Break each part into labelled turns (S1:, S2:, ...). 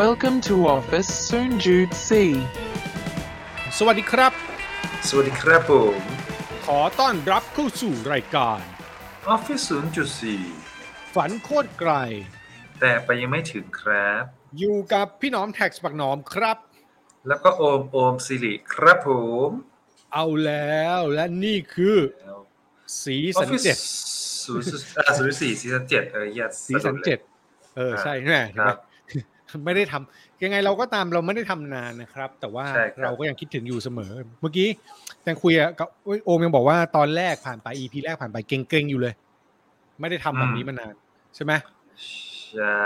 S1: Welcome to Office Soonjut C.
S2: สวัสดีครับ
S3: สวัสดีครับผม
S2: ขอต้อนรับเข้าสู่รายการ
S3: Office 0.4
S2: ฝันโคตรไกล
S3: แต่ไปยังไม่ถึงครับ
S2: อยู่กับพี่หน้อมแท็กปักหน้อมครับ
S3: แล้วก็โอมโอมสิริครับผม
S2: เอาแล้วและนี่คือสี
S3: ออ
S2: สั
S3: ฟ
S2: น
S3: ฟิศ
S2: เจ็ด
S3: ศูนย์ศูนย์สี่ซีซั่นเจ็ดเออยัด
S2: สีสันเจ็ดเออใช่ใช่ไหมเห็นไหม
S3: ครับ
S2: ไม่ได้ทำยังไงเราก็ตามเราไม่ได้ทำนานนะครับ แต่ว่า
S3: ใช่ครับ
S2: เราก็ยังคิดถึงอยู่เสมอ เมื่อกี้แต่คุยกับเอ้ยโอมยังบอกว่าตอนแรกผ่านไป EP แรกผ่านไปเกรงๆอยู่เลย ไม่ได้ทำแบบนี้มานานใช่ไหม
S3: ใช่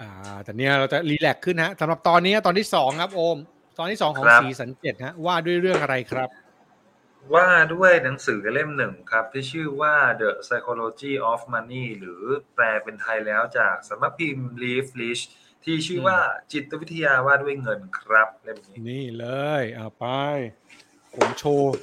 S2: อ่าแต่เนี้ยเราจะรีแลกซ์ขึ้นฮะสำหรับตอนนี้ตอนที่สองครับโอม ตอนที่สองของสีสันเจ็ดฮะว่าด้วยเรื่องอะไรครับ
S3: ว่าด้วยหนังสือเล่มหนึ่งครับ ที่ชื่อว่า The Psychology of Money หรือแปลเป็นไทยแล้วจากสำนักพิมพ์ Leaf Rich ที่ชื่อว่าจิตวิทยาว่าด้วยเงินครับเล่มนี้
S2: นี่เลยเอาไป ผมโชว์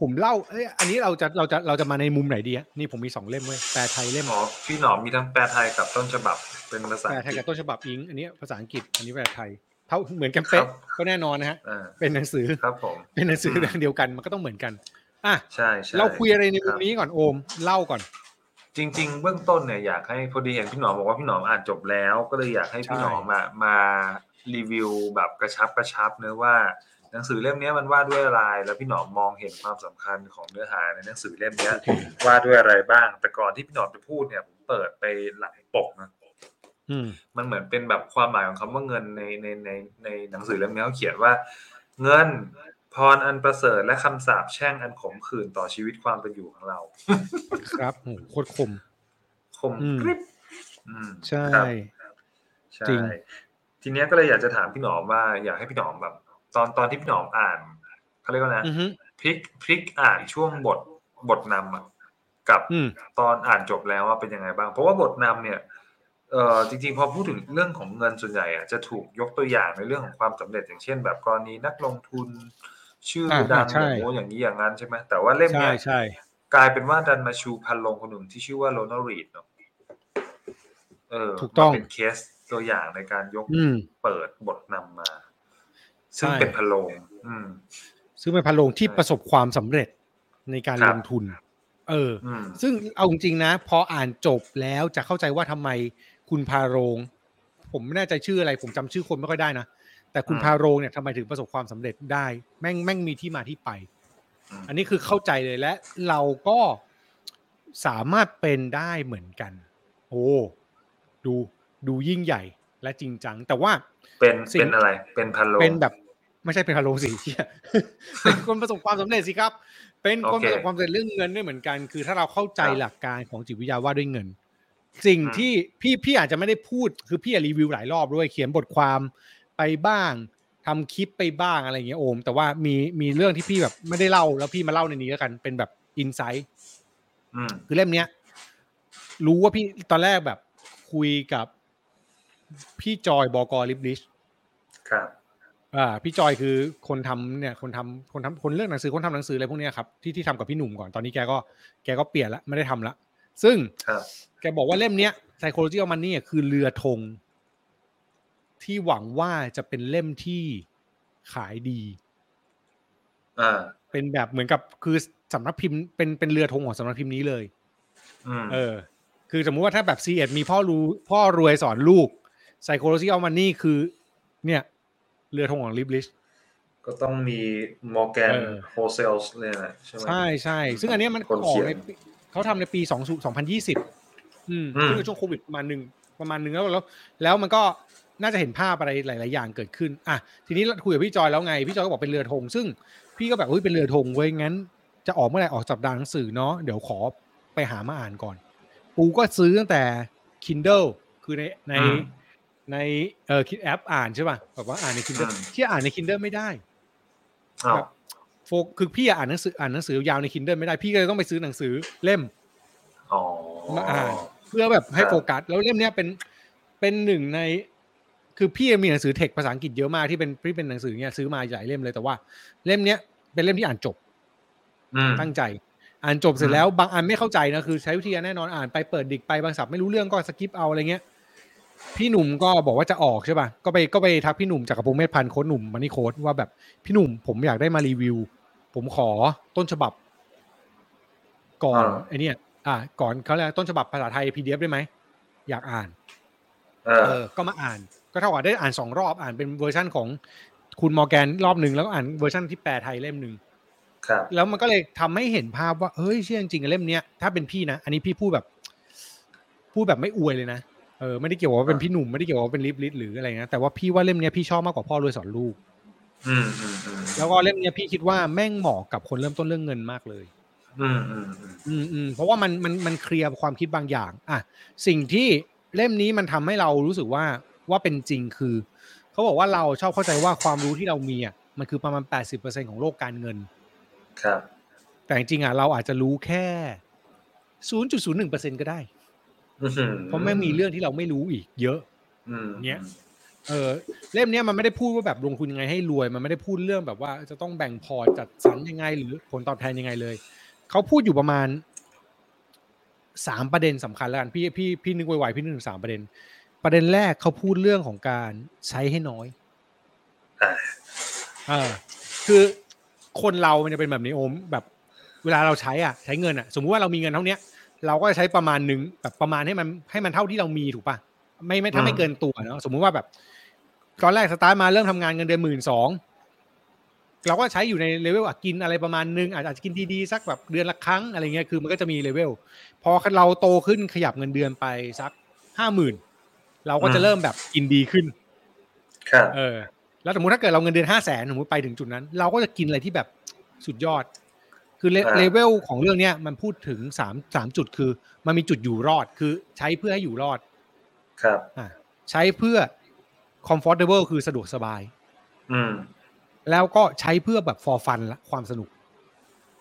S2: ผมเล่าเอ้ยอันนี้เราจะเราจะเราจะมาในมุมไหนดีฮะนี่ผมมีสองเล่มเว้ยแปลไทยเล่ม
S3: หมอพี่หนอมมีทั้งแปลไทยกับต้นฉบับเป็นภาษา
S2: แปล
S3: อัง
S2: ไทย
S3: กฤ
S2: กั
S3: ษ
S2: บต้นฉบับอิงอันนี้ภาษาอังกฤษ อันนี้แปลไทยเท่าเหมือนกัน
S3: ครั
S2: เป๊ะ
S3: บ
S2: ก็แน่นอนนะฮะ
S3: อ่า
S2: เป็นหนังสือ
S3: ครับผม
S2: เป็นหนังสือแบบเดียวกันมันก็ต้องเหมือนกันอ่ะ
S3: ใช่ใช่
S2: เราคุยอะไรใน
S3: ค
S2: มุ
S3: บ
S2: มนี้ก่อนโอมเล่าก่อน
S3: จริงๆเบื้องต้นเนี่ยอยากให้พอดีเห็นพี่หนอมบอกว่าพี่หนอมอ่านจบแล้ว ก็เลยอยากให้พี่หนอมมามารีวิวแบบกระชับกระชับเนื้อะว่าหนังสือเล่มเนี้ยมันว่าด้วยอะไรแล้วพี่หนอมมองเห็นความสำคัญของเนื้อหาในหนังสือเล่มเนี้ยว่าด้วยอะไรบ้าง แต่ก่อนที่พี่หนอมจะพูดเนี่ยผมเปิดไปหลายปกนะ
S2: อืม
S3: มันเหมือนเป็นแบบความหมายของคำว่าเงินในในในในหนังสือเล่มเนี้ยเขาเขียนว่า เงินพรอันประเสริฐและคำสาปแช่งอันขมขื่นต่อชีวิตความเป็นอยู่ของเรา
S2: ครับโหโคตรคม
S3: คม
S2: อืม
S3: กริบอืม
S2: ใช่
S3: ครับ ใช่
S2: จริง
S3: ทีเนี้ยก็เลยอยากจะถามพี่หนอมว่าอยากให้พี่หนอมแบบ ตอนตอนที่พี่หนอมอ่านเขาเรียกว่านะ
S2: อือฮึ
S3: พลิกพลิกอ่านช่วงบทบทนำอะกับ
S2: อืม
S3: ตอนอ่านจบแล้วว่าเป็นยังไงบ้าง เพราะว่าบทนำเนี่ยเออจริงๆพอพูดถึงเรื่องของเงินส่วนใหญ่อะจะถูกยกตัวอย่างในเรื่องของความสำเร็จอย่างเช่น แบบกรณีนักลงทุน ชื่อ
S2: อ่า
S3: ดัง
S2: ใช่
S3: โอ้โหอย่างนี้อย่างนั้นใช่ไหมแต่ว่าเล่ม
S2: ใช่
S3: เนี้ย
S2: ใช่
S3: กลายเป็นว่าดันมาชูพันลงคนหนึ่งที่ชื่อว่าโรนัลรีดเนาะเออ
S2: ถูกต้อง
S3: มันเป็นเคสตัวอย่างในการยก
S2: อืม
S3: เปิดบทนำมา ซึ่ง
S2: ใช่
S3: เป็นพะโลงอืม
S2: ซึ่งเป็นพันโลงที่
S3: ใช่
S2: ประสบความสำเร็จในการ
S3: ค
S2: ล
S3: รับ
S2: งทุน เออ
S3: อืม
S2: ซึ่งเอาจริงๆนะ พออ่านจบแล้วจะเข้าใจว่าทำไมคุณพาโรง ผมไม่แน่ใจชื่ออะไร ผมจำชื่อคนไม่ค่อยได้นะ แต่คุณ
S3: อืม
S2: พาโรงเนี่ยทำไมถึงประสบความสำเร็จได้ แม่งแม่งมีที่มาที่ไป
S3: อืม
S2: อันนี้คือเข้าใจเลยและเราก็สามารถเป็นได้เหมือนกัน โอ้ดูดูยิ่งใหญ่และจริงจัง แต่ว่า
S3: เป็น
S2: สิ่ง
S3: เป็นอะไร เป็นพะโลง
S2: เป็นแบบไม่ใช่เป็นพาโลสิ เหี้ยเป็นคนประสบความสำเร็จสิครับ เป็นคน
S3: โอ
S2: ป
S3: เค
S2: ระสบความสำเร็จเรื่องเงินด้วยเหมือนกัน คือถ้าเราเข้าใจ
S3: ครับ
S2: หลักการของจิตวิทยาว่าด้วยเงิน สิ่ง
S3: อืม
S2: ที่พี่พี่อาจจะไม่ได้พูดคือพี่อะรีวิวหลายรอบด้วยเขียนบทความไปบ้างทำคลิปไปบ้างอะไรอย่างเงี้ยโอม แต่ว่ามีมีเรื่องที่พี่แบบไม่ได้เล่าแล้วพี่มาเล่าในนี้แล้วกันเป็นแบบอินไซต์
S3: อืม
S2: คือเล่มเนี้ย รู้ว่าพี่ตอนแรกแบบคุยกับพี่จอยบอกอลิบลิช
S3: ครับ
S2: อ่าพี่จอยคือคนทำเนี่ยคนทำคนทำคนเลือกหนังสือคนทำหนังสืออะไรพวกเนี้ยครับที่ที่ทำกับพี่หนุ่มก่อนตอนนี้แกก็แกก็เปลี่ยนละไม่ได้ทำละซึ่ง
S3: ครับ
S2: แกบอกว่าเล่มเนี้ย psychology of money อ่ะคือเรือธงที่หวังว่าจะเป็นเล่มที่ขายดี
S3: อ่า
S2: เป็นแบบเหมือนกับคือสำนักพิมพ์เป็นเป็นเรือธงของสำนักพิมพ์นี้เลย
S3: อืม
S2: เออ คือสมมุติว่าถ้าแบบ C ีเอ็ดมีพ่อรู้พ่อรวยสอนลูก psychology of money คือ เนี่ย เรือธงของลิบลิช
S3: ก็ต้องมีมอร์แกน
S2: เออ
S3: โฮเซลส์เนี่ยนะใช่ไหม
S2: ใช่ใช่ ซึ่งอันเนี้ยมัน
S3: คน
S2: อ
S3: เขี
S2: อก
S3: ยน
S2: ในปีเขาทำในปีสองพันยี่สิบอืม
S3: อืม
S2: ซึ่งเป็นช่วงโควิดประมาณหนึ่งประมาณหนึ่งแล้วแล้ว แล้วมันก็น่าจะเห็นภาพอะไรหลาย ๆ อย่างเกิดขึ้น อ่ะ ทีนี้คุยกับพี่จอยแล้วไง พี่จอยก็บอกเป็นเรือธง ซึ่งพี่ก็แบบเฮ้ยเป็นเรือธงเว้ย งั้น จะออกเมื่อไหร่ออกสัปดาห์หนังสือเนาะ เดี๋ยวขอไปหามาอ่านก่อน ปูก็ซื้อตั้งแต่ Kindle คือในใน
S3: อืม
S2: ในเอ่อคิดแอปอ่านใช่ป่ะ แบบว่าอ่านใน Kindle
S3: อืม
S2: ที่อ่านใน Kindle ไม่ได้
S3: อ้าว
S2: แบบโฟกคือพี่อ่านหนังสืออ่านหนังสือยาวใน Kindle ไม่ได้พี่ก็เลยต้องไปซื้อหนังสือเล่ม
S3: อ๋อ
S2: มาอ่าน เพื่อแบบให้
S3: ครับ
S2: โฟกัสแล้วเล่มเนี้ยเป็นเป็นหนึ่งใน คือพี่มีหนังสือเทคภาษาอังกฤษเยอะมากที่เป็นที่เป็นหนังสือเนี่ยซื้อมาหลายเล่มเลยแต่ว่าเล่มเนี้ยเป็นเล่มที่อ่านจบ
S3: อืม
S2: ตั้งใจ อ่านจบเสร็จ
S3: อืม
S2: แล้วบางอันไม่เข้าใจนะคือใช้วิธีการแน่นอนอ่านไปเปิดดิกไปบางสับไม่รู้เรื่องก็สกิปเอาอะไรเงี้ย พี่หนุ่มก็บอกว่าจะออกใช่ป่ะก็ไปก็ไปทักพี่หนุ่มจากกระพงศ์เมธพันธ์โค้ดหนุ่มมานี่โค้ดว่าแบบพี่หนุ่มผมอยากได้มารีวิว ผมขอต้นฉบับ ก่อน
S3: อ่า
S2: ไอเนี่ย อ่า ก่อนเขาเรียกต้นฉบับภาษาไทย PDF ได้ไหมอยากอ่าน
S3: เออ
S2: เออ ก็มาอ่าน ก็เท่ากับได้อ่านสองรอบอ่านเป็นเวอร์ชั่นของคุณมอร์แกนรอบหนึ่งแล้วก็อ่านเวอร์ชันที่แปลไทยเล่มหนึ่ง
S3: ครับ
S2: แล้วมันก็เลยทำให้เห็นภาพว่าเฮ้ยเชื่อจริงๆอะเล่มเนี้ยถ้าเป็นพี่นะ อันนี้พี่พูดแบบ พูดแบบไม่อวยเลยนะเออไม่ได้เกี่ยวกับว่าเป็นพี่หนุ่มไม่ได้เกี่ยวกับว่าเป็นลิฟลิฟหรืออะไรนะแต่ว่าพี่ว่าเล่มเนี้ยพี่ชอบมากกว่าพ่อรวยสอนลูก
S3: อืมอืมอืม
S2: แล้วก็เล่มเนี้ยพี่คิดว่าแม่งเหมาะกับคนเริ่มต้นเรื่องเงินมากเลย
S3: อืมอืมอืม
S2: อืมอืมเพราะว่ามันมันมันเคลียร์ความคิดบางอย่าง อ่ะ สิ่งที่เล่มนี้มันทำให้เรารู้สึกว่าว่าเป็นจริงคือเขาบอกว่าเราชอบเข้าใจว่าความรู้ที่เรามีอ่ะมันคือประมาณ 80%ของโลกการเงิน
S3: ครับ
S2: แต่จริงๆอ่ะเราอาจจะรู้แค่ 0.01%ก็ได้
S3: อื้อหือ
S2: เพราะไม่มีเรื่องที่เราไม่รู้อีกเยอะ
S3: อืม
S2: เนี้ย เออเล่มเนี้ยมันไม่ได้พูดว่าแบบลงทุนยังไงให้รวย มันไม่ได้พูดเรื่องแบบว่าจะต้องแบ่งพอร์ตจัดสรรยังไง หรือผลตอบแทนยังไงเลย เขาพูดอยู่ประมาณสามประเด็นสำคัญแล้วกันพี่พี่พี่นึกไวๆพี่นึกถึงสามประเด็น ประเด็นแรกเขาพูดเรื่องของการใช้ให้น้อย
S3: อ่ะ
S2: เออคือคนเรา มันจะเป็นแบบนี้โอมแบบเวลาเราใช้อ่ะใช้เงินอ่ะ สมมุติว่าเรามีเงินเท่าเนี้ย เราก็จะใช้ประมาณหนึ่งแบบประมาณให้มันให้มันเท่าที่เรามีถูกปะไม่ไม่ถ้าไม่เกินตัวเนาะสมมุติว่าแบบตอนแรกสตาร์ทมาเริ่มทำงานเงินเดือนหมื่นสองเราก็ใช้อยู่ในเลเวลอ่ะกินอะไรประมาณหนึงอาจอาจจะกินดีๆสักแบบเดือนละครั้งอะไรเงี้ยคือมันก็จะมีเลเวลพอเราโตขึ้นขยับเงินเดือนไปสักห้าหมื่นเราก็จะเริ่มแบบกินดีขึ้น
S3: ครับ
S2: เออแล้วสมมติถ้าเกิดเราเงินเดือนห้าแสนสมมติไปถึงจุดนั้น เราก็จะกินอะไรที่แบบสุดยอด คือเล
S3: อ่า
S2: เลเวลของเรื่องเนี้ยมันพูดถึงสามสามจุดคือ มันมีจุดอยู่รอดคือใช้เพื่อให้อยู่รอด
S3: ครับ
S2: อ่ะใช้เพื่อ comfortable คือสะดวกสบาย
S3: อืม
S2: แล้วก็ใช้เพื่อแบบ for fun ละความสนุก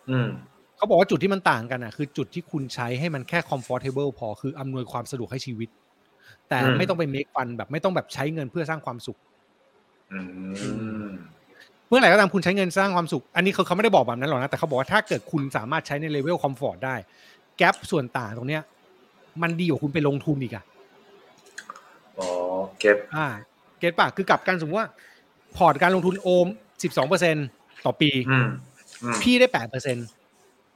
S3: อืม
S2: เขาบอกว่าจุดที่มันต่างกันอ่ะคือจุดที่คุณใช้ให้มันแค่ comfortable พอคืออำนวยความสะดวกให้ชีวิต แต่
S3: อืม
S2: ไม่ต้องไป make fun แบบไม่ต้องแบบใช้เงินเพื่อสร้างความสุข
S3: อืม
S2: เมื่อไหร่ก็ตามคุณใช้เงินสร้างความสุข อันนี้เขาเขาไม่ได้บอกแบบนั้นหรอกนะ แต่เขาบอกว่าถ้าเกิดคุณสามารถใช้ในเลเวลคอมฟอร์ตได้ แกลบส่วนต่างตรงเนี้ย มันดีกว่าคุณไปลงทุนอีกอะ
S3: อ๋อเก็ต
S2: อ่า เก็ตปะคือกลับกันสมมติว่า พอร์ตการลงทุนโอม 12%ต่อปี
S3: อืมอืม
S2: พี่ได้ 8%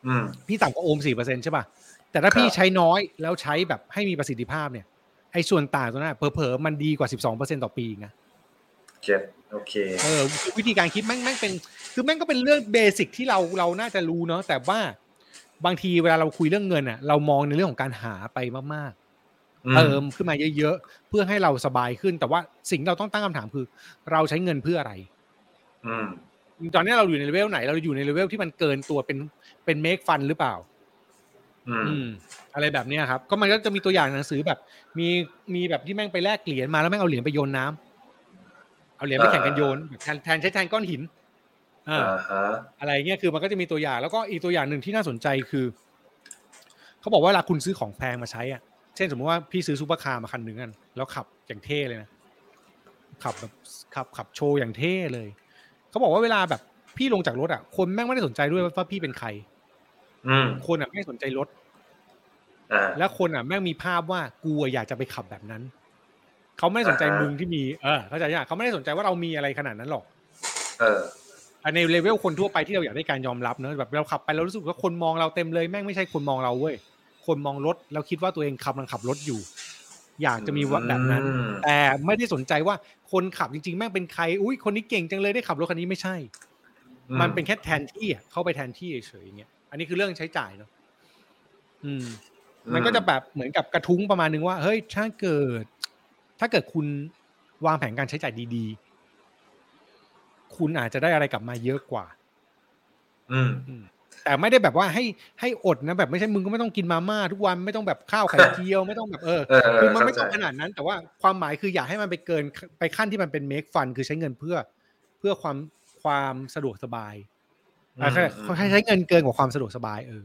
S3: อืม
S2: พี่ต่ำกว่าโอม 4%ใช่ปะแต่ถ้าพี่
S3: ครับ
S2: ใช้น้อยแล้วใช้แบบให้มีประสิทธิภาพเนี่ยไอ้ส่วนต่างตรงนั้นอะเผลอๆมันดีกว่า 12%ต่อปีอีกนะ
S3: เก็ตโอเค
S2: เออวิธีการคิดแม่งแม่งเป็นคือแม่งก็เป็นเรื่องเบสิกที่เราเราน่าจะรู้เนาะแต่ว่าบางทีเวลาเราคุยเรื่องเงินอ่ะเรามองในเรื่องของการหาไปมากๆเติมขึ้นมาเยอะๆเพื่อให้เราสบายขึ้น แต่ว่าสิ่งที่เราต้องตั้งคำถามคือ เราใช้เงินเพื่ออะไร
S3: อืม
S2: ตอนนี้เราอยู่ในเลเวลไหน เราอยู่ในเลเวลที่มันเกินตัวเป็นเป็นเมคฟันหรือเปล่า
S3: อืม
S2: อืมอะไรแบบเนี้ยครับ ก็มันก็จะมีตัวอย่างหนังสือแบบ มีมีแบบที่แม่งไปแลกเหรียญมาแล้วแม่งเอาเหรียญไปโยนน้ำเอาเหรียญไปแข่งกันโยนแบบแทนแทนใช้แทนก้อนหินเออ
S3: อ่าฮะ
S2: อะไรเงี้ยคือมันก็จะมีตัวอย่างแล้วก็อีกตัวอย่างหนึ่งที่น่าสนใจคือเขาบอกว่าเวลาคุณซื้อของแพงมาใช้อ่ะ เช่นสมมติว่าพี่ซื้อซูเปอร์คาร์มาคันหนึ่งกันแล้วขับอย่างเท่เลยนะขับแบบขับขับโชว์อย่างเท่เลยเขาบอกว่าเวลาแบบพี่ลงจากรถอ่ะคนแม่งไม่ได้สนใจด้วยว่าพี่เป็นใคร
S3: อืม
S2: คนอ่ะไม่สนใจรถ
S3: อ่า
S2: แล้วคนอ่ะแม่งมีภาพว่ากูอะอยากจะไปขับแบบนั้นเขาไม่ได้สนใจ
S3: อ่าฮะ
S2: มึงที่มีเออเข้าใจยังเขาไม่ได้สนใจว่าเรามีอะไรขนาดนั้นหรอก
S3: เออ
S2: อ่ะในเลเวลคนทั่วไปที่เราอยากได้การยอมรับเนอะแบบเราขับไปเรารู้สึกว่าคนมองเราเต็มเลยแม่งไม่ใช่คนมองเราเว้ยคนมองรถแล้วคิดว่าตัวเองขับกำลังขับรถอยู่ อยากจะมีวัแบบนั้น
S3: อืม
S2: แต่ไม่ได้สนใจว่าคนขับจริงๆ แม่งเป็นใครอุ้ยคนนี้เก่งจังเลยได้ขับรถคันนี้ไม่ใช่ มันเป็นแค่แทนที่อะเข้าไปแทนที่เฉยๆอย่างเงี้ยอันนี้คือเรื่องใช้จ่ายเนอะอืม มันก็จะแบบเหมือนกับกระทุ้งประมาณนึงว่า เฮ้ยถ้าเกิด ถ้าเกิดคุณวางแผนการใช้จ่ายดีๆ คุณอาจจะได้อะไรกลับมาเยอะกว่า
S3: อืม
S2: แต่ไม่ได้แบบว่าให้ให้อดนะแบบไม่ใช่มึงก็ไม่ต้องกินมาม่าทุกวันไม่ต้องแบบข้าวไข่เจียว ไม่ต้องแบบเออ
S3: เออ
S2: คือมันไม่ต้อง
S3: เข้าใจ
S2: ขนาดนั้น แต่ว่าความหมายคืออย่าให้มันไปเกินไปขั้นที่มันเป็นเมคฟันคือใช้เงินเพื่อเพื่อความความสะดวกสบาย
S3: อื
S2: อ่ะ
S3: ม
S2: ใช้ใช้เงินเกินกว่าความสะดวกสบายเออ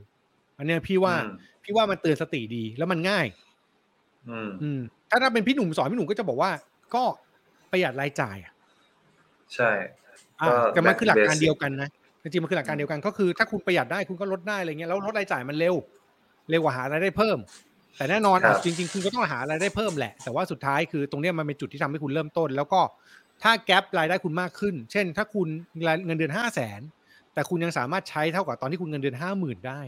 S2: อันเนี้ยพี่ว่า พี่ว่ามันเตือนสติดีแล้วมันง่าย
S3: อืม
S2: อืมถ้าถ้าเป็นพี่หนุ่มสอนพี่หนุ่มก็จะบอกว่า ก็ประหยัดรายจ่ายอะ
S3: ใช่
S2: อ่ะ
S3: ก็
S2: แต่มันคือหลักการ
S3: basic
S2: เดียวกันนะจริงๆมันคือหลักการเดียวกันก็คือ ถ้าคุณประหยัดได้คุณก็ลดได้อะไรเงี้ยแล้วลดรายจ่ายมันเร็ว เร็วกว่าหารายได้เพิ่ม แต่แน่นอน
S3: ครั
S2: อ่ะ
S3: บ
S2: จริงๆ คุณก็ต้องหารายได้เพิ่มแหละ แต่ว่าสุดท้ายคือตรงเนี้ยมันเป็นจุดที่ทำให้คุณเริ่มต้น แล้วก็ถ้าแกลบรายได้คุณมากขึ้น เช่น ถ้าคุณเงินเดือนห้าแสนแต่คุณยังสามารถใช้เท่ากับตอนที่คุณเงินเดือนห้าหมื่นได้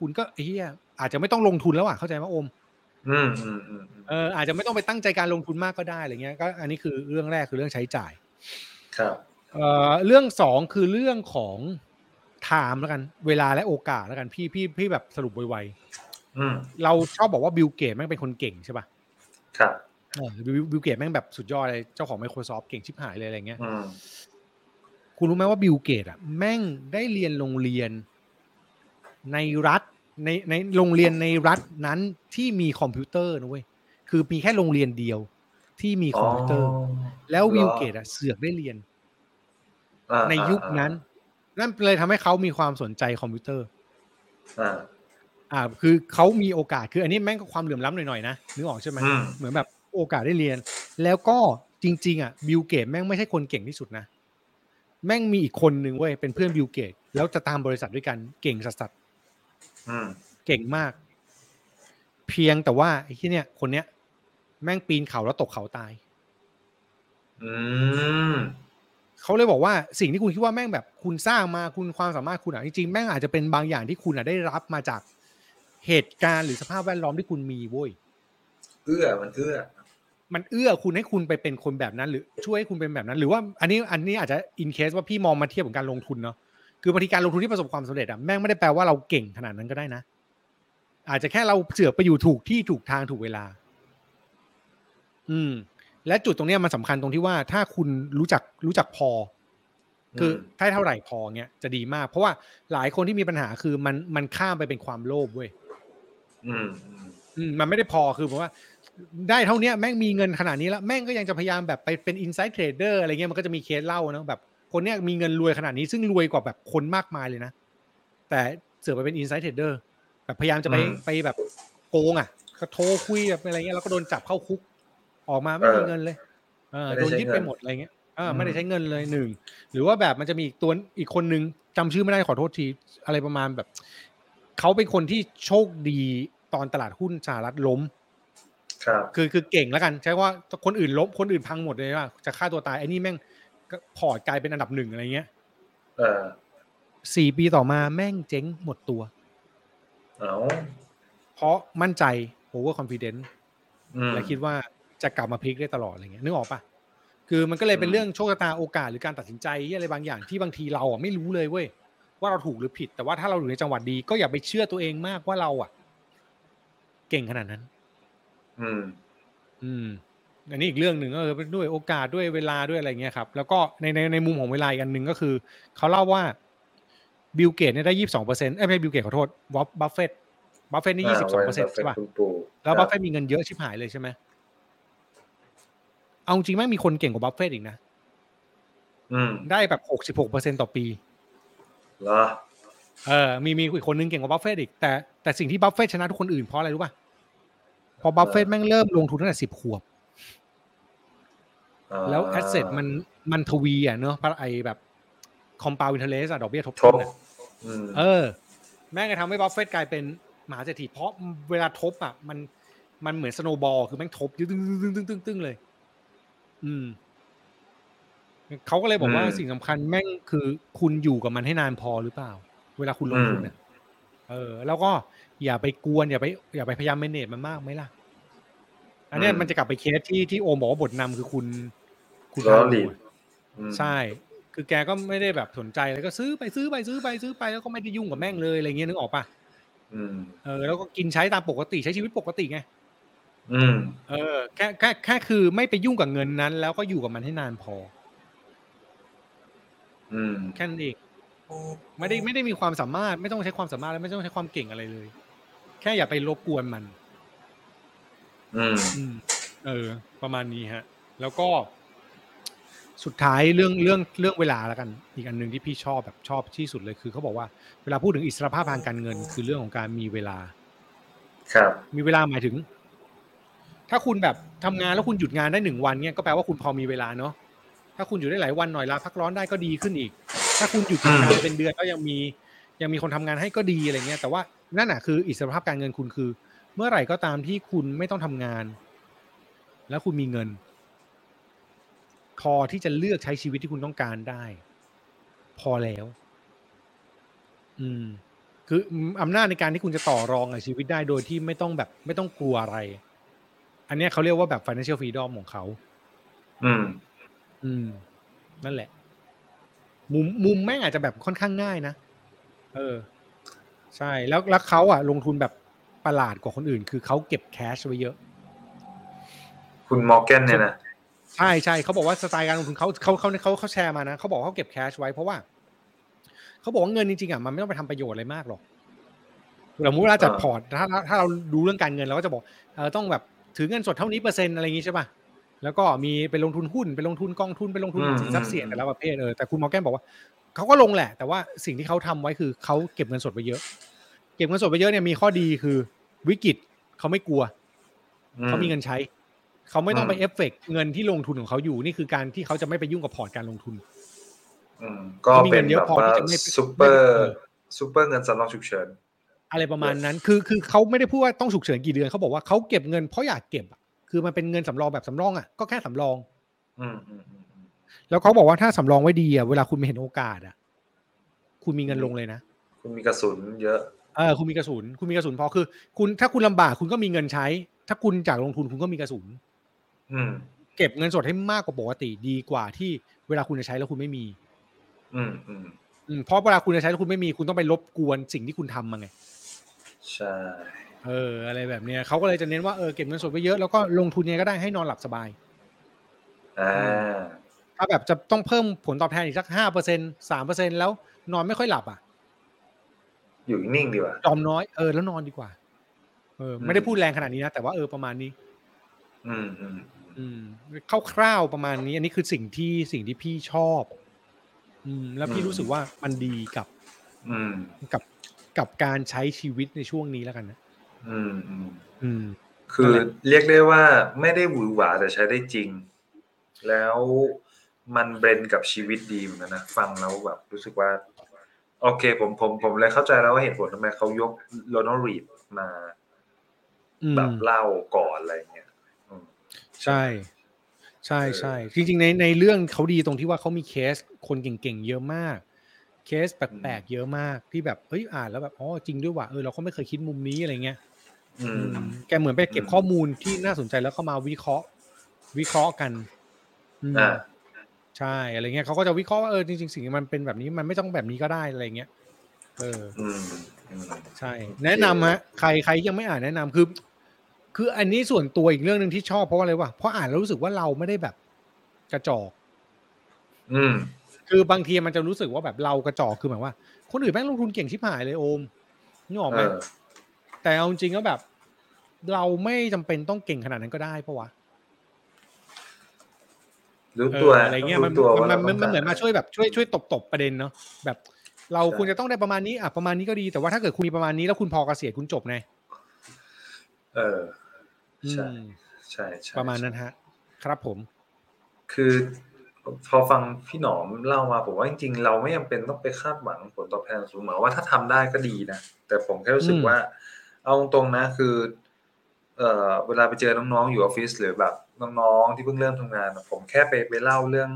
S2: คุณก็เฮียอาจจะไม่ต้องลงทุนแล้วอ่ะเข้าใจไหมโอม
S3: อืมอืมอืมอืม
S2: เอออาจจะไม่ต้องไปตั้งใจการลงทุนมากก็ได้อะไรเงี้ยก็อันนี้คือเรื่องแรกคือเรื่องใช้จ่าย
S3: ครับ
S2: เอ่อเรื่องสองคือเรื่องของไทม์แล้วกันเวลาและโอกาสแล้วกันพี่พี่พี่แบบสรุปไว
S3: อืม
S2: ๆเราชอบบอกว่าบิลเกตแม่งเป็นคนเก่งใช่ป่ะ
S3: ครับ
S2: เออบิลบิลเกตแม่งแบบสุดยอดเลยเจ้าของ Microsoft เก่งชิบหายเลยอะไรเงี้ย
S3: อืม
S2: คุณรู้ไหมว่าบิลเกตอ่ะแม่งได้เรียนโรงเรียนในรัฐในในโรงเรียนในรัฐนั้นที่มีคอมพิวเตอร์นะเว้ยคือมีแค่โรงเรียนเดียวที่มีคอมพิวเตอร์ แล้ววิลเกตอะเสือกได้เรียน
S3: อ่า
S2: ในยุคนั้น นั่นเลยทำให้เขามีความสนใจคอมพิวเตอร์
S3: อ่า
S2: อ่า คือเขามีโอกาสคืออันนี้แม่งก็ความเหลื่อมล้ำหน่อยๆนะนึกออกใช่ไหม
S3: อืม
S2: เหมือนแบบโอกาสได้เรียน แล้วก็จริง ๆ อ่ะบิลเกตแม่งไม่ใช่คนเก่งที่สุดนะ แม่งมีอีกคนหนึ่งเว้ยเป็นเพื่อนบิลเกตแล้วจะตามบริษัทด้วยกันเก่งสัสๆ
S3: อืม
S2: เก่งมาก เพียงแต่ว่าไอ้ที่เนี่ย คนเนี้ย แม่งปีนเขาแล้วตกเขาตาย
S3: อืม
S2: เขาเลยบอกว่าสิ่งที่คุณคิดว่าแม่งแบบคุณสร้างมาคุณความสามารถคุณอ่ะจริงๆแม่งอาจจะเป็นบางอย่างที่คุณอ่ะได้รับมาจากเหตุการณ์หรือสภาพแวดล้อมที่คุณมีเว้ย
S3: เอื้อมันเอื้อ
S2: มันเอื้อคุณให้คุณไปเป็นคนแบบนั้น หรือช่วยให้คุณเป็นแบบนั้น หรือว่าอันนี้อันนี้อาจจะอินเคสว่าพี่มองมาเทียบกับการลงทุนเนาะคือบางทีการลงทุนที่ประสบความสำเร็จอ่ะแม่งไม่ได้แปลว่าเราเก่งขนาดนั้นก็ได้นะ อาจจะแค่เราเสือกไปอยู่ถูกที่ถูกทางถูกเวลา อืม และจุดตรงเนี้ยมันสำคัญตรงที่ว่าถ้าคุณรู้จักรู้จักพอ คือถ้าเท่าไหร่พอเงี้ยจะดีมาก เพราะว่าหลายคนที่มีปัญหาคือมันมันข้ามไปเป็นความโลภเว้ย
S3: อืมอืม
S2: อืมมันไม่ได้พอคือผมว่า ได้เท่าเนี้ยแม่งมีเงินขนาดนี้แล้ว แม่งก็ยังจะพยายามแบบไปเป็น inside trader อะไรเงี้ยมันก็จะมีเคสเล่าเนอะแบบคนเนี้ยมีเงินรวยขนาดนี้ซึ่งรวยกว่าแบบคนมากมายเลยนะ แต่เสือกไปเป็น inside trader แบบพยายามจะไปไปแบบโกงอ่ะก็โทรคุยแบบอะไรเงี้ยแล้วก็โดนจับเข้าคุก ออกมาไม่มีเงินเลยเออโดนยึดไปหมดอะไรเงี้ยเออไม่ได้ใช้เงินเลยหนึ่ง หรือว่าแบบมันจะมีอีกตัวอีกคนนึงจำชื่อไม่ได้ขอโทษทีอะไรประมาณแบบ เขาเป็นคนที่โชคดีตอนตลาดหุ้นสหรัฐล้ม
S3: ครับ
S2: คือคือเก่งแล้วกัน ใช้ว่าคนอื่นล้มคนอื่นพังหมดเลยว่าจะฆ่าตัวตายไอ้นี่แม่งก็พอร์ตกลายเป็นอันดับหนึ่งอะไรเงี้ย
S3: เออ
S2: สี่ปีต่อมาแม่งเจ๊งหมดตัว
S3: เอา
S2: เพราะมั่นใจ over confidence
S3: อืม
S2: และคิดว่าจะกลับมาพลิกได้ตลอดอะไรเงี้ยนึกออกปะคือมันก็เลยเป็น
S3: อืม
S2: เรื่องโชคชะตาโอกาสหรือการตัดสินใจอะไรบางอย่างที่บางทีเราอ่ะไม่รู้เลยเว้ยว่าเราถูกหรือผิด แต่ว่าถ้าเราอยู่ในจังหวัดดีก็อย่าไปเชื่อตัวเองมากว่าเราอ่ะ เก่งขนาดนั้น
S3: อืม
S2: อืมอันนี้อีกเรื่องหนึ่งก็คือด้วยโอกาสด้วยเวลาด้วยอะไรเงี้ยครับ แล้วก็ในในในมุมของเวลาอีกอันหนึ่งก็คือ เขาเล่าว่าบิลเกตเนี่ยได้ยี่สิบสองเปอร์เซ็นต์ไม่ใช่บิลเกตขอโทษวอฟบัฟเฟตบัฟเฟตนี่ยี่สิบสองเปอร์เซ็นต์ใช่ป่ะ แล้วบัฟเฟตมีเงินเยอะชิบหายเลยใช่ไหม เอาจริงแม่งมีคนเก่งกว่าบัฟเฟตอีกนะ
S3: อืม
S2: ได้แบบหกสิบหกเปอร์เซ็นต่อปี
S3: เหรอ
S2: เออ มีมีอีกคนนึงเก่งกว่าบัฟเฟตอีก แต่แต่สิ่งที่บัฟเฟตชนะทุกคนอื่นเพราะอะไรรู้ป่ะเพอบัฟเฟตแม่งเริ่มลงทุนตั้งแต่สิบขวบ
S3: า
S2: แล้วแอสเซทมันมันทวีอ่ะเนอะเพราะไอแบบคอม p าวินเทเลสอะดอกเบี้ยทบ
S3: ท
S2: ต้
S3: บ
S2: นอะ
S3: อืม
S2: เออ แม่งก็ทำให้บัฟเฟตกลายเป็นมหาเศรษฐีเพราะเวลาทบอ่ะ มันมันเหมือนสโนบอลคือแม่งทบตึ้งตึ้งตึ้งตึ้งตึ้งตึ้งเลย อืมเขาก็เลยบอกว่าสิ่งสำคัญแม่งคือคุณอยู่กับมันให้นานพอหรือเปล่า เวลาคุณลงทุนเนี่ยเออ แล้วก็อย่าไปกวนอย่าไปอย่าไปพยายามเมเนจมันมากไหมล่ะ อันเนี้ยมันจะกลับไปเคสที่ที่โอมบอกว่าบทนำคือคุณ คุณ
S3: แล้ว
S2: พา
S3: หลี
S2: ดู
S3: ด
S2: อะ
S3: อืม
S2: ใช่ คือแกก็ไม่ได้แบบสนใจแล้วก็ซื้อไปซื้อไปซื้อไปซื้อไปแล้วก็ไม่ได้ยุ่งกับแม่งเลยอะไรเงี้ยนึกออกปะ
S3: อืม
S2: เออแล้วก็กินใช้ตามปกติใช้ชีวิตปกติไง
S3: อืม
S2: เออแค่แค่แค่คือไม่ไปยุ่งกับเงินนั้น แล้วก็อยู่กับมันให้นานพอ
S3: อืม
S2: แค่นั้นเอง ไม่ได้ไม่ได้มีความสามารถไม่ต้องใช้ความสามารถและไม่ต้องใช้ความเก่งอะไรเลย แค่อย่าไปรบกวนมัน
S3: อืม
S2: อืม เออ ประมาณนี้ฮะ แล้วก็ สุดท้ายเรื่องเรื่องเรื่องเวลาแล้วกัน อีกอันหนึ่งที่พี่ชอบแบบชอบที่สุดเลยคือเขาบอกว่าเวลาพูดถึงอิสรภาพทางการเงิน คือเรื่องของการมีเวลา
S3: ครับ
S2: มีเวลาหมายถึง ถ้าคุณแบบทำงานแล้วคุณหยุดงานได้หนึ่งวันเนี่ยก็แปลว่าคุณพอมีเวลาเนาะถ้าคุณอยู่ได้หลายวันหน่อยลาพักร้อนได้ก็ดีขึ้นอีก ถ้าคุณหยุดงานเป็นเดือนก็ยังมี ยังมีคนทำงานให้ก็ดีอะไรเงี้ยแต่ว่านั่นน่ะคืออิสรภาพการเงินคุณคือ เมื่อไหร่ก็ตามที่คุณไม่ต้องทำงาน แล้วคุณมีเงิน พอที่จะเลือกใช้ชีวิตที่คุณต้องการได้ พอแล้ว อืม คืออำนาจในการที่คุณจะต่อรองกับชีวิตได้โดยที่ไม่ต้องแบบ ไม่ต้องกลัวอะไร อันเนี้ยเขาเรียกว่าแบบ financial freedom ของเขา
S3: อืม
S2: อืม นั่นแหละ มุมมุมแม่งอาจจะแบบค่อนข้างง่ายนะ เออ ใช่ แล้วแล้วเขาอ่ะ ลงทุนแบบประหลาดกว่าคนอื่น คือเขาเก็บแคชไว้เยอะ
S3: คุณมอร์แกนเนี่ยนะ
S2: ใช่ใช่เขาบอกว่าสไตล์การลงทุนเขาเขาเขาเขาเขาแชร์มานะเขาบอกว่าเขาเก็บแคชไว้เพราะว่าเขาบอกว่าเงินจริงๆอ่ะมันไม่ต้องไปทำประโยชน์อะไรมากหรอกสมมติเวลาจัดพอร์ตถ้าถ้าถ้าเราดูเรื่องการเงินเราก็จะบอกเออต้องแบบถือเงินสดเท่านี้เปอร์เซ็นต์อะไรอย่างงี้ใช่ป่ะแล้วก็มีไปลงทุนหุ้นไปลงทุนกองทุนไปลงทุนสินทรัพย์เสี่ยงแต่ละประเภทเออแต่คุณมอร์แกนบอกว่าเขาก็ลงแหละ แต่ว่าสิ่งที่เขาทำไว้คือเขาเก็บเงินสดไว้เยอะ เก็บเงินสดไว้เยอะเนี่ยมีข้อดีคือวิกฤตเขาไม่กลัว
S3: อื
S2: เขามีเงินใช้ เขาไม่ต้องไปเอฟเฟกต์เงินที่ลงทุนของเขาอยู่ นี่คือการที่เขาจะไม่ไปยุ่งกับพอร์ตการลงทุน
S3: อืมก็
S2: เขามี
S3: เป็น
S2: เงินเย
S3: แบ
S2: อะ
S3: บ
S2: พอ
S3: ว่า
S2: ที่จะไม่
S3: ซูเปอ
S2: ไม่
S3: ร์
S2: เออ
S3: ซูเปอร์เงินสำรองฉุกเฉิน
S2: อะไรประมาณนั้น คือคือเขาไม่ได้พูดว่าต้องฉุกเฉินกี่เดือน เขาบอกว่าเขาเก็บเงินเพราะอยากเก็บอะคือมันเป็นเงินสำรองแบบสำรองอ่ะ ก็แค่สำรอง
S3: อืมอืมอืมอืม
S2: แล้วเขาบอกว่าถ้าสำรองไว้ดีอ่ะ เวลาคุณไม่เห็นโอกาสอ่ะ คุณมีเงิน
S3: อืม
S2: ลงเลยนะ
S3: คุณมีกระสุนเยอะ
S2: เออ คุณมีกระสุน คุณมีกระสุนพอ คือ คุณถ้าคุณลำบากคุณก็มีเงินใช้ ถ้าคุณจากลงทุนคุณก็มีกระสุน
S3: อืม
S2: เก็บเงินสดให้มากกว่าปกติดีกว่าที่เวลาคุณจะใช้แล้วคุณไม่มี
S3: อืมอืม
S2: อืมเพราะเวลาคุณจะใช้แล้วคุณไม่มีคุณต้องไปรบกวนสิ่งที่คุณทำมาไง
S3: ใช่
S2: เอออะไรแบบเนี้ยเขาก็เลยจะเน้นว่าเออเก็บเงินสดไว้เยอะแล้วก็ลงทุนยังไงก็ได้ให้นอนหลับสบาย
S3: อ่า
S2: ถ้าแบบจะต้องเพิ่มผลตอบแทนอีกสักห้าเปอร์เซ็นสามเปอร์เซ็นแล้วนอนไม่ค่อยหลับอ่ะ
S3: อยู่นิ่งดีกว่า
S2: ยอมน้อยเออแล้วนอนดีกว่าเออไม่ได้พูดแรงขนาดนี้นะแต่ว่าเออประมาณนี้
S3: อืมอืม
S2: อืมคร่าวๆประมาณนี้ อันนี้คือสิ่งที่สิ่งที่พี่ชอบ อืม แล้วพี่รู้สึกว่ามันดีกับ
S3: อืม
S2: กับกับการใช้ชีวิตในช่วงนี้แล้วกันนะ
S3: อืมอืม
S2: อืม
S3: คือเรียกได้ว่าไม่ได้หวือหวาแต่ใช้ได้จริง แล้วมันเบรนกับชีวิตดีเหมือนกันนะฟังแล้วแบบรู้สึกว่า โอเค ผมผมผมเลยเข้าใจแล้วว่าเหตุผลทำไมเขายกโรนัลรีดมา
S2: อืม
S3: แบบเล่าก่อนอะไรเงี้ย
S2: ใช่ ใช่
S3: เออ
S2: ใช่จริงๆในในเรื่องเขาดีตรงที่ว่าเขามีเคสคนเก่งๆเยอะมาก เคสแปลกๆเยอะมากที่แบบเฮ้ยอ่านแล้วแบบอ๋อจริงด้วยว่ะเออเราก็ไม่เคยคิดมุมนี้อะไรเงี้ย
S3: อืม
S2: แกเหมือนไปเก็บ
S3: อืม
S2: ข้อมูลที่น่าสนใจแล้วเข้ามาวิเคราะห์ วิเคราะห์กันอืม
S3: อ่า
S2: ใช่อะไรเงี้ยเขาก็จะวิเคราะห์ว่าเออจริงๆสิ่งที่มันเป็นแบบนี้มันไม่ต้องแบบนี้ก็ได้อะไรเงี้ยเออ
S3: อืมอืม
S2: ใช่ แนะนำฮะใครใครยังไม่อ่านแนะนำคือ คืออันนี้ส่วนตัวอีกเรื่องหนึ่งที่ชอบเพราะว่าอะไรวะเพราะอ่านแล้วรู้สึกว่าเราไม่ได้แบบกระจอก
S3: อืม
S2: คือบางทีมันจะรู้สึกว่าแบบเรากระจอกคือหมายว่า คนอื่นแม่งลงทุนเก่งชิบหายเลยโอมนี่ออกไหม
S3: เออ
S2: แต่เอาจริงก็แบบ เราไม่จำเป็นต้องเก่งขนาดนั้นก็ได้ปะวะ
S3: รู้
S2: เอ
S3: ตัว
S2: ออะไรเงี้ยมัน
S3: รู้ตัว
S2: มั
S3: ว่านรา
S2: มันมัน
S3: ต้งกร
S2: เหมือนมาช่วยแบบช่วยช่วยตบตบประเด็นเนาะแบบ เรา
S3: ใช่
S2: ควรจะต้องได้ประมาณนี้อ่ะประมาณนี้ก็ดีแต่ว่าถ้าเกิดคุณมีประมาณนี้แล้วคุณพอเกษียณคุณจบไง
S3: เออ
S2: อื
S3: ใช่
S2: ม
S3: ใช่ใช่
S2: ประมาณนั้นฮะ ครับผม
S3: คือพอฟังพี่หนอมเล่ามาผมว่าจริงๆ เราไม่จำเป็นต้องไปคาดหวังผลตอบแทนสูงหมายว่าถ้าทำได้ก็ดีนะ แต่ผมแค่รู้สึก
S2: อืม
S3: ว่า เอาตรงๆนะคือ เอ่อเวลาไปเจอน้องๆอยู่ออฟฟิศหรือแบบน้องๆที่เพิ่งเริ่มทำงานอะผมแค่ไปไปเล่าเรื่อง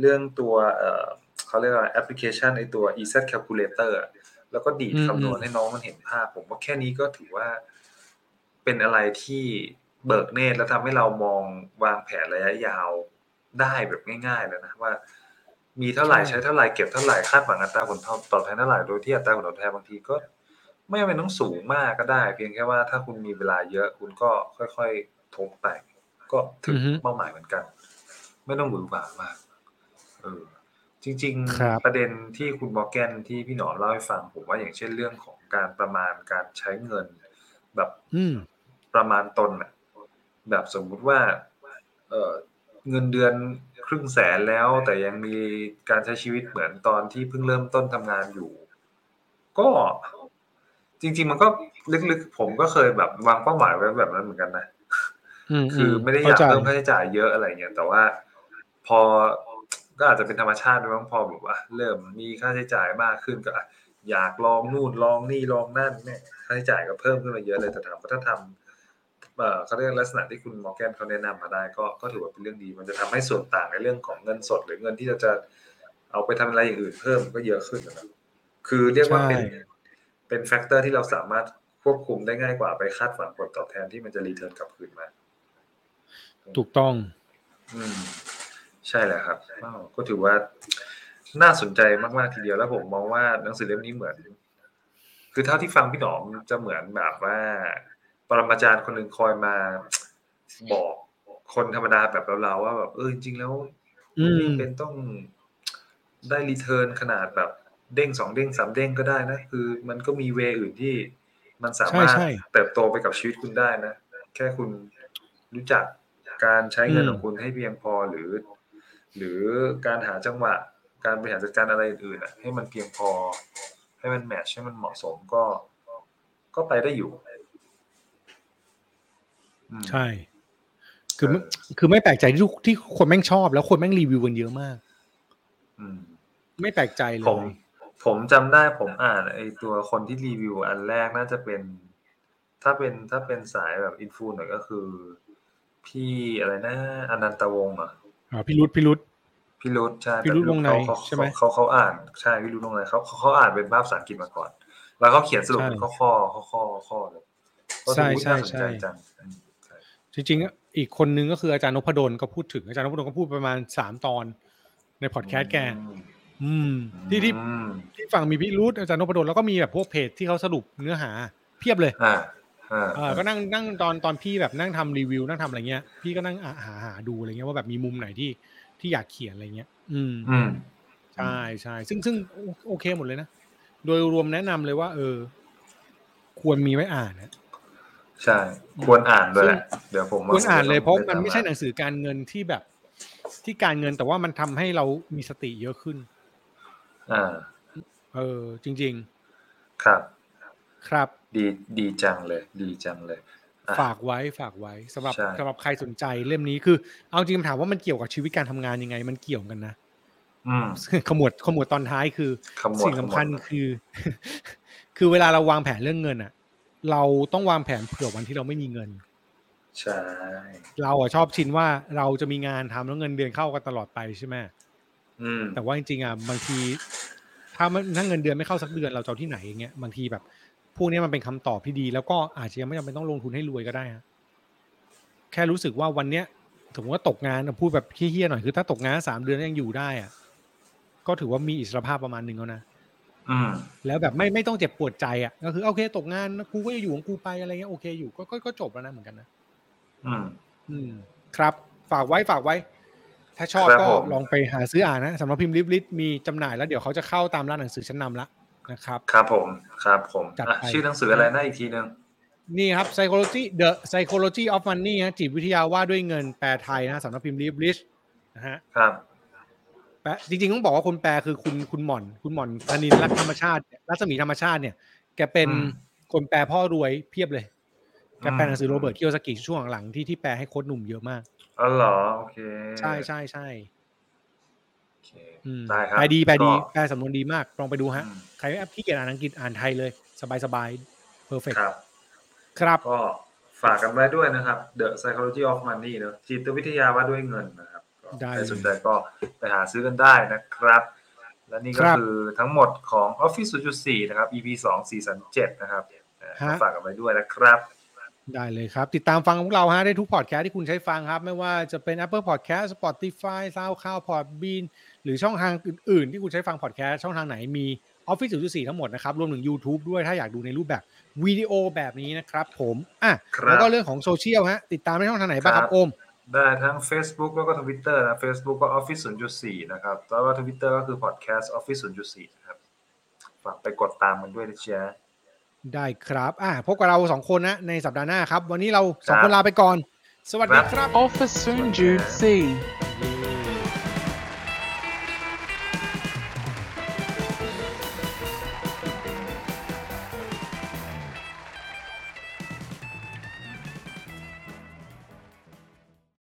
S3: เรื่องตัวเอ่อเขาเรียกว่าแอปพลิเคชันไอตัว e z calculator อะแล้วก็ดีด
S2: อืม
S3: คำนวณให้น้องมันเห็นภาพ ผมว่าแค่นี้ก็ถือว่า เป็นอะไรที่เบิกเนตรแล้วทำให้เรามองวางแผนระยะยาวได้แบบง่ายๆแล้วนะว่า มีเท่าไหร่
S2: ใช่
S3: ใช้เท่าไหร่เก็บเท่าไหร่คาดหวังอัตราผลตอบแทนเท่าไหร่โดยที่อัตราผลตอบแทนบางทีก็ ไม่จำเป็นต้องสูงมากก็ได้ เพียงแค่ว่าถ้าคุณมีเวลาเยอะคุณก็ค่อยๆทบไปก็ถึง
S2: อือฮึ
S3: เป้าหมายเหมือนกัน ไม่ต้องหวือหวามากเออจริง
S2: ครับ
S3: ๆ ประเด็นที่คุณมอร์แกนที่พี่หนอมเล่าให้ฟัง ผมว่าอย่างเช่นเรื่องของการประมาณการใช้เงินแบบ
S2: อืม
S3: ประมาณตนน่ะแบบสมมุติว่าเออเงินเดือนครึ่งแสนแล้ว แต่ยังมีการใช้ชีวิตเหมือนตอนที่เพิ่งเริ่มต้นทำงานอยู่ ก็จริง ๆ มันก็ลึกๆ ผมก็เคยแบบวางเป้าหมายไว้แบบนั้นเหมือนกันนะ
S2: ม
S3: คือไม่ได้อยา
S2: ข้
S3: ก
S2: ใจ
S3: เพิ่มค่าใช้จ่ายเยอะอะไรเงี้ยแต่ว่าพอก็อาจจะเป็นธรรมชาติด้วยมั้งพอแบบว่าเริ่มมีค่าใช้จ่ายมากขึ้นก็อ่ะ อยากลองนู่นลองนี่ลองนั่นเนี่ยค่าใช้จ่ายก็เพิ่มขึ้นมาเยอะเลยแต่ถามว่าถ้าทำเอ่อเขาเรียกลักษณะที่คุณมอร์แกนเขาแนะนำมาได้ก็ก็ถือว่าเป็นเรื่องดี มันจะทำให้ส่วนต่างในเรื่องของเงินสด หรือเงินที่เราจะเอาไปทำอะไรอย่างอื่นเพิ่มก็เยอะขึ้นนะครับคือเรียกว่าเป็น
S2: ใช่
S3: เป็นแฟกเตอร์ที่เราสามารถควบคุมได้ง่ายกว่าไปคาดหวังผลตอบแทนที่มันจะรีเทิร์นกลับคืนมา
S2: ถูกต้อง
S3: อืมใช่แหละครับอ้าวก็ถือว่าน่าสนใจมากๆทีเดียวแล้วผมมองว่าหนังสือเล่มนี้เหมือน คือเท่าที่ฟังพี่หนอมจะเหมือนแบบว่า ปรมาจารย์คนหนึ่งคอยมา บอกคนธรรมดาแบบเราๆว่าแบบเออจริงๆแล้ว
S2: อืม
S3: ไเป็นต้องได้รีเทิร์นขนาดแบบเด้งสองเด้งสามเด้งก็ได้นะ คือมันก็มีเวย์อื่นที่มันสามารถ
S2: ใช่ใช่
S3: เติบโตไปกับชีวิตคุณได้นะ แค่คุณรู้จักการใช้เงินของคุณให้เพียงพอหรือ หรือการหาจังหวะ การบริหารจัดการอะไรอื่นๆอ่ะ ให้มันเพียงพอ ให้มันแมทช์ให้มันเหมาะสมก็ ก็ไปได้อยู่อืม
S2: ใช่ คือไม่คือไม่แปลกใจที่ทุกที่คนแม่งชอบแล้วคนแม่งรีวิวกันเยอะมาก
S3: อืม
S2: ไม่แปลกใจเล
S3: ผม
S2: ย
S3: ผมจำได้ผมอ่านไอตัวคนที่รีวิวอันแรกน่าจะเป็น ถ้าเป็นถ้าเป็นสายแบบอินฟูหน่อยก็คือ พี่อะไรนะอนันตวงศ์เหรอ่ะ
S2: อ่าพี่รุดพี่รุด
S3: พี่รุธใช่แต่
S2: พี่รุธวงใน
S3: เขา
S2: ใช่ไหม
S3: เขาเขาเขาอ่านใช่พี่รุธวงในเขาเขาเขาอ่านเป็นภาพภาษาอังกฤษมาก่อน แล้วเขาเขียนสรุปเป็นข้อข้อข้อข้อข้อเลยก็ถือว่า
S2: ใช่
S3: น่าส
S2: ใช่
S3: น
S2: ใช่
S3: ใจจังอืม
S2: จริงๆ อีกคนนึงก็คืออาจารย์นพดลก็พูดถึงอาจารย์นพดลก็พูดประมาณสามตอน ในพอดแคสต์แก อืม ที่ที่
S3: อืม
S2: ที่ฝั่งมีพี่รุดอาจารย์นพดลแล้วก็มีแบบพวกเพจที่เขาสรุปเนื้อหาเพียบเลย
S3: อ่าอ่า
S2: เออก็นั่งนั่งตอนตอนพี่แบบนั่งทำรีวิวนั่งทำอะไรเงี้ย พี่ก็นั่งอ่ะหาหาดูอะไรเงี้ยว่าแบบมีมุมไหนที่ที่อยากเขียนอะไรเงี้ย อืม
S3: อืม
S2: ใช่ใช่ซึ่งซึ่งโอโอเคหมดเลยนะ โดยรวมแนะนำเลยว่า เออ ควรมีไว้อ่านนะ
S3: ใช่ ควรอ่านด้วยแหละ
S2: ซึ่ง
S3: เดี๋ยวผม
S2: ควรอ่านเลยเพราะ
S3: ด้
S2: มัน
S3: ต
S2: ไม่ใช่
S3: อ่า
S2: หนังสือการเงินที่แบบ ที่การเงินแต่ว่ามันทำให้เรามีสติเยอะขึ้น
S3: อ่า
S2: เออ จริง
S3: ครับ
S2: ๆ ครับ
S3: ดีดีจังเลย ดีจังเลย อ่ะ
S2: ฝากไว้ฝากไว้สำหรับ
S3: ใช่
S2: สำหรับใครสนใจเล่มนี้คือ เอาจริงๆถามว่ามันเกี่ยวกับชีวิตการทำงานยังไง มันเกี่ยวกันนะ
S3: อืม
S2: ขมวดขมวดตอนท้ายคือ
S3: ขมวด
S2: สิ่งสำคัญ
S3: ขมวด
S2: คือ คือเวลาเราวางแผนเรื่องเงินอะเราต้องวางแผนเผื่อวันที่เราไม่มีเงิน
S3: ใช่
S2: เราอะชอบชินว่าเราจะมีงานทำแล้วเงินเดือนเข้ากันตลอดไปใช่ไหม
S3: อืม
S2: แต่ว่าจริงๆอะบางที ถ้ามันถ้าเงินเดือนไม่เข้าสักเดือนเราจะเอาที่ไหนอย่างเงี้ยบางทีแบบ พวกเนี้ยมันเป็นคำตอบที่ดี แล้วก็อาจจะยังไม่จำเป็นต้องลงทุนให้รวยก็ได้ฮะแค่รู้สึกว่าวันเนี้ยสมมติว่าตกงานพูดแบบเฮี้ยๆหน่อยคือถ้าตกงานสามเดือนแล้วยังอยู่ได้อะก็ถือว่ามีอิสรภาพประมาณหนึ่งแล้วนะ
S3: อืม
S2: แล้วแบบไม่ไม่ต้องเจ็บปวดใจอ่ะก็คือโอเคตกงานกูก็จะอยู่ของกูไปอะไรเงี้ยโอเคอยู่ก็ก็ก็จบแล้วนะเหมือนกันนะ
S3: อืม
S2: อืม ครับ ฝากไว้ฝากไว้ ถ้าชอบ
S3: ครับ
S2: ก็
S3: ผม
S2: ลองไปหาซื้ออ่านนะสำหรับพิมพ์ลิฟลิฟมีจำหน่ายแล้วเดี๋ยวเขาจะเข้าตามร้านหนังสือชั้นนำละนะครับ
S3: ครับผมครับผม
S2: จัด
S3: อ่ะ
S2: ไป
S3: ชื่อหนังสืออะไรนะอีกทีหนึ่ง
S2: นี่ครับ psychology the psychology of money ฮะจิตวิทยาว่าด้วยเงินแปลไทยนะสำนักพิมพ์ลิฟลิฟนะฮะ
S3: ครับ
S2: แปลจริงๆต้องบอกว่าคนแปลคือคุณคุณหม่อน คุณหม่อนธนินรัตน์ธรรมชาติรัศมีธรรมชาติเนี่ยแกเป็น
S3: อืม
S2: คนแปลพ่อรวยเพียบเลย แกแปลหนังสือ
S3: ม
S2: โรเบิร์ตคิโยสกิช่วงหลังๆที่ที่แปลให้โค้ดหนุ่มเยอะมาก
S3: อ๋อเหรอโอเค
S2: ใช่ใช่ใช่
S3: โอเค
S2: อืม
S3: ได้ครับ
S2: แปลดีแปลดี
S3: ก็
S2: แปลสำนวนดีมาก ลองไปดูฮะ
S3: อืม
S2: ใครไม่แอปที่เกียจอ่านอังกฤษอ่านไทยเลย สบายสบายเพอร์เฟก
S3: ครับ
S2: ครับ
S3: ก็ฝากกันไว้ด้วยนะครับ The Psychology of Money เนอะจิตวิทยาว่าด้วยเงินนะครับก็
S2: ได้
S3: ใครสนใจก็ไปหาซื้อกันได้นะครับ และนี่ก็
S2: ครับ
S3: คือทั้งหมดของ Office 0.4 นะครับ EP 2 4 3 7นะครับเอ่อ
S2: ฮะ
S3: ฝากกันไว้ด้วยนะครับ
S2: ได้เลยครับ ติดตามฟังพวกเราฮะ ได้ทุกพอดแคสต์ที่คุณใช้ฟังครับ ไม่ว่าจะเป็น Apple Podcast Spotify SoundCloud Podbean หรือช่องทางอื่นๆ ที่คุณใช้ฟังพอดแคสต์ช่องทางไหนมี Office 0.4ทั้งหมดนะครับ รวมถึง YouTube ด้วยถ้าอยากดูในรูปแบบวิดีโอแบบนี้นะครับผมอ่ะ
S3: ครับ
S2: แล้วก็เรื่องของโซเชียลฮะติดตามได้ช่องทางไหนบ้างค
S3: ครั
S2: รับบ โอม
S3: ได้ทั้ง Facebook แล้วก็ Twitter นะ Facebook ก็ Office 0.4 นะครับ แล้วก็ Twitter ก็คือ Podcast Office 0.4 นะครับ ฝากไปกดตามกันด้วยนะเชีย
S2: ได้ครับอ่ะพบกับเราสองคนนะ ในสัปดาห์หน้าครับ วันนี้เราสอง
S3: ครับ
S2: คนลาไปก่อน สวัสดีครับ
S1: Office Soon Jude C.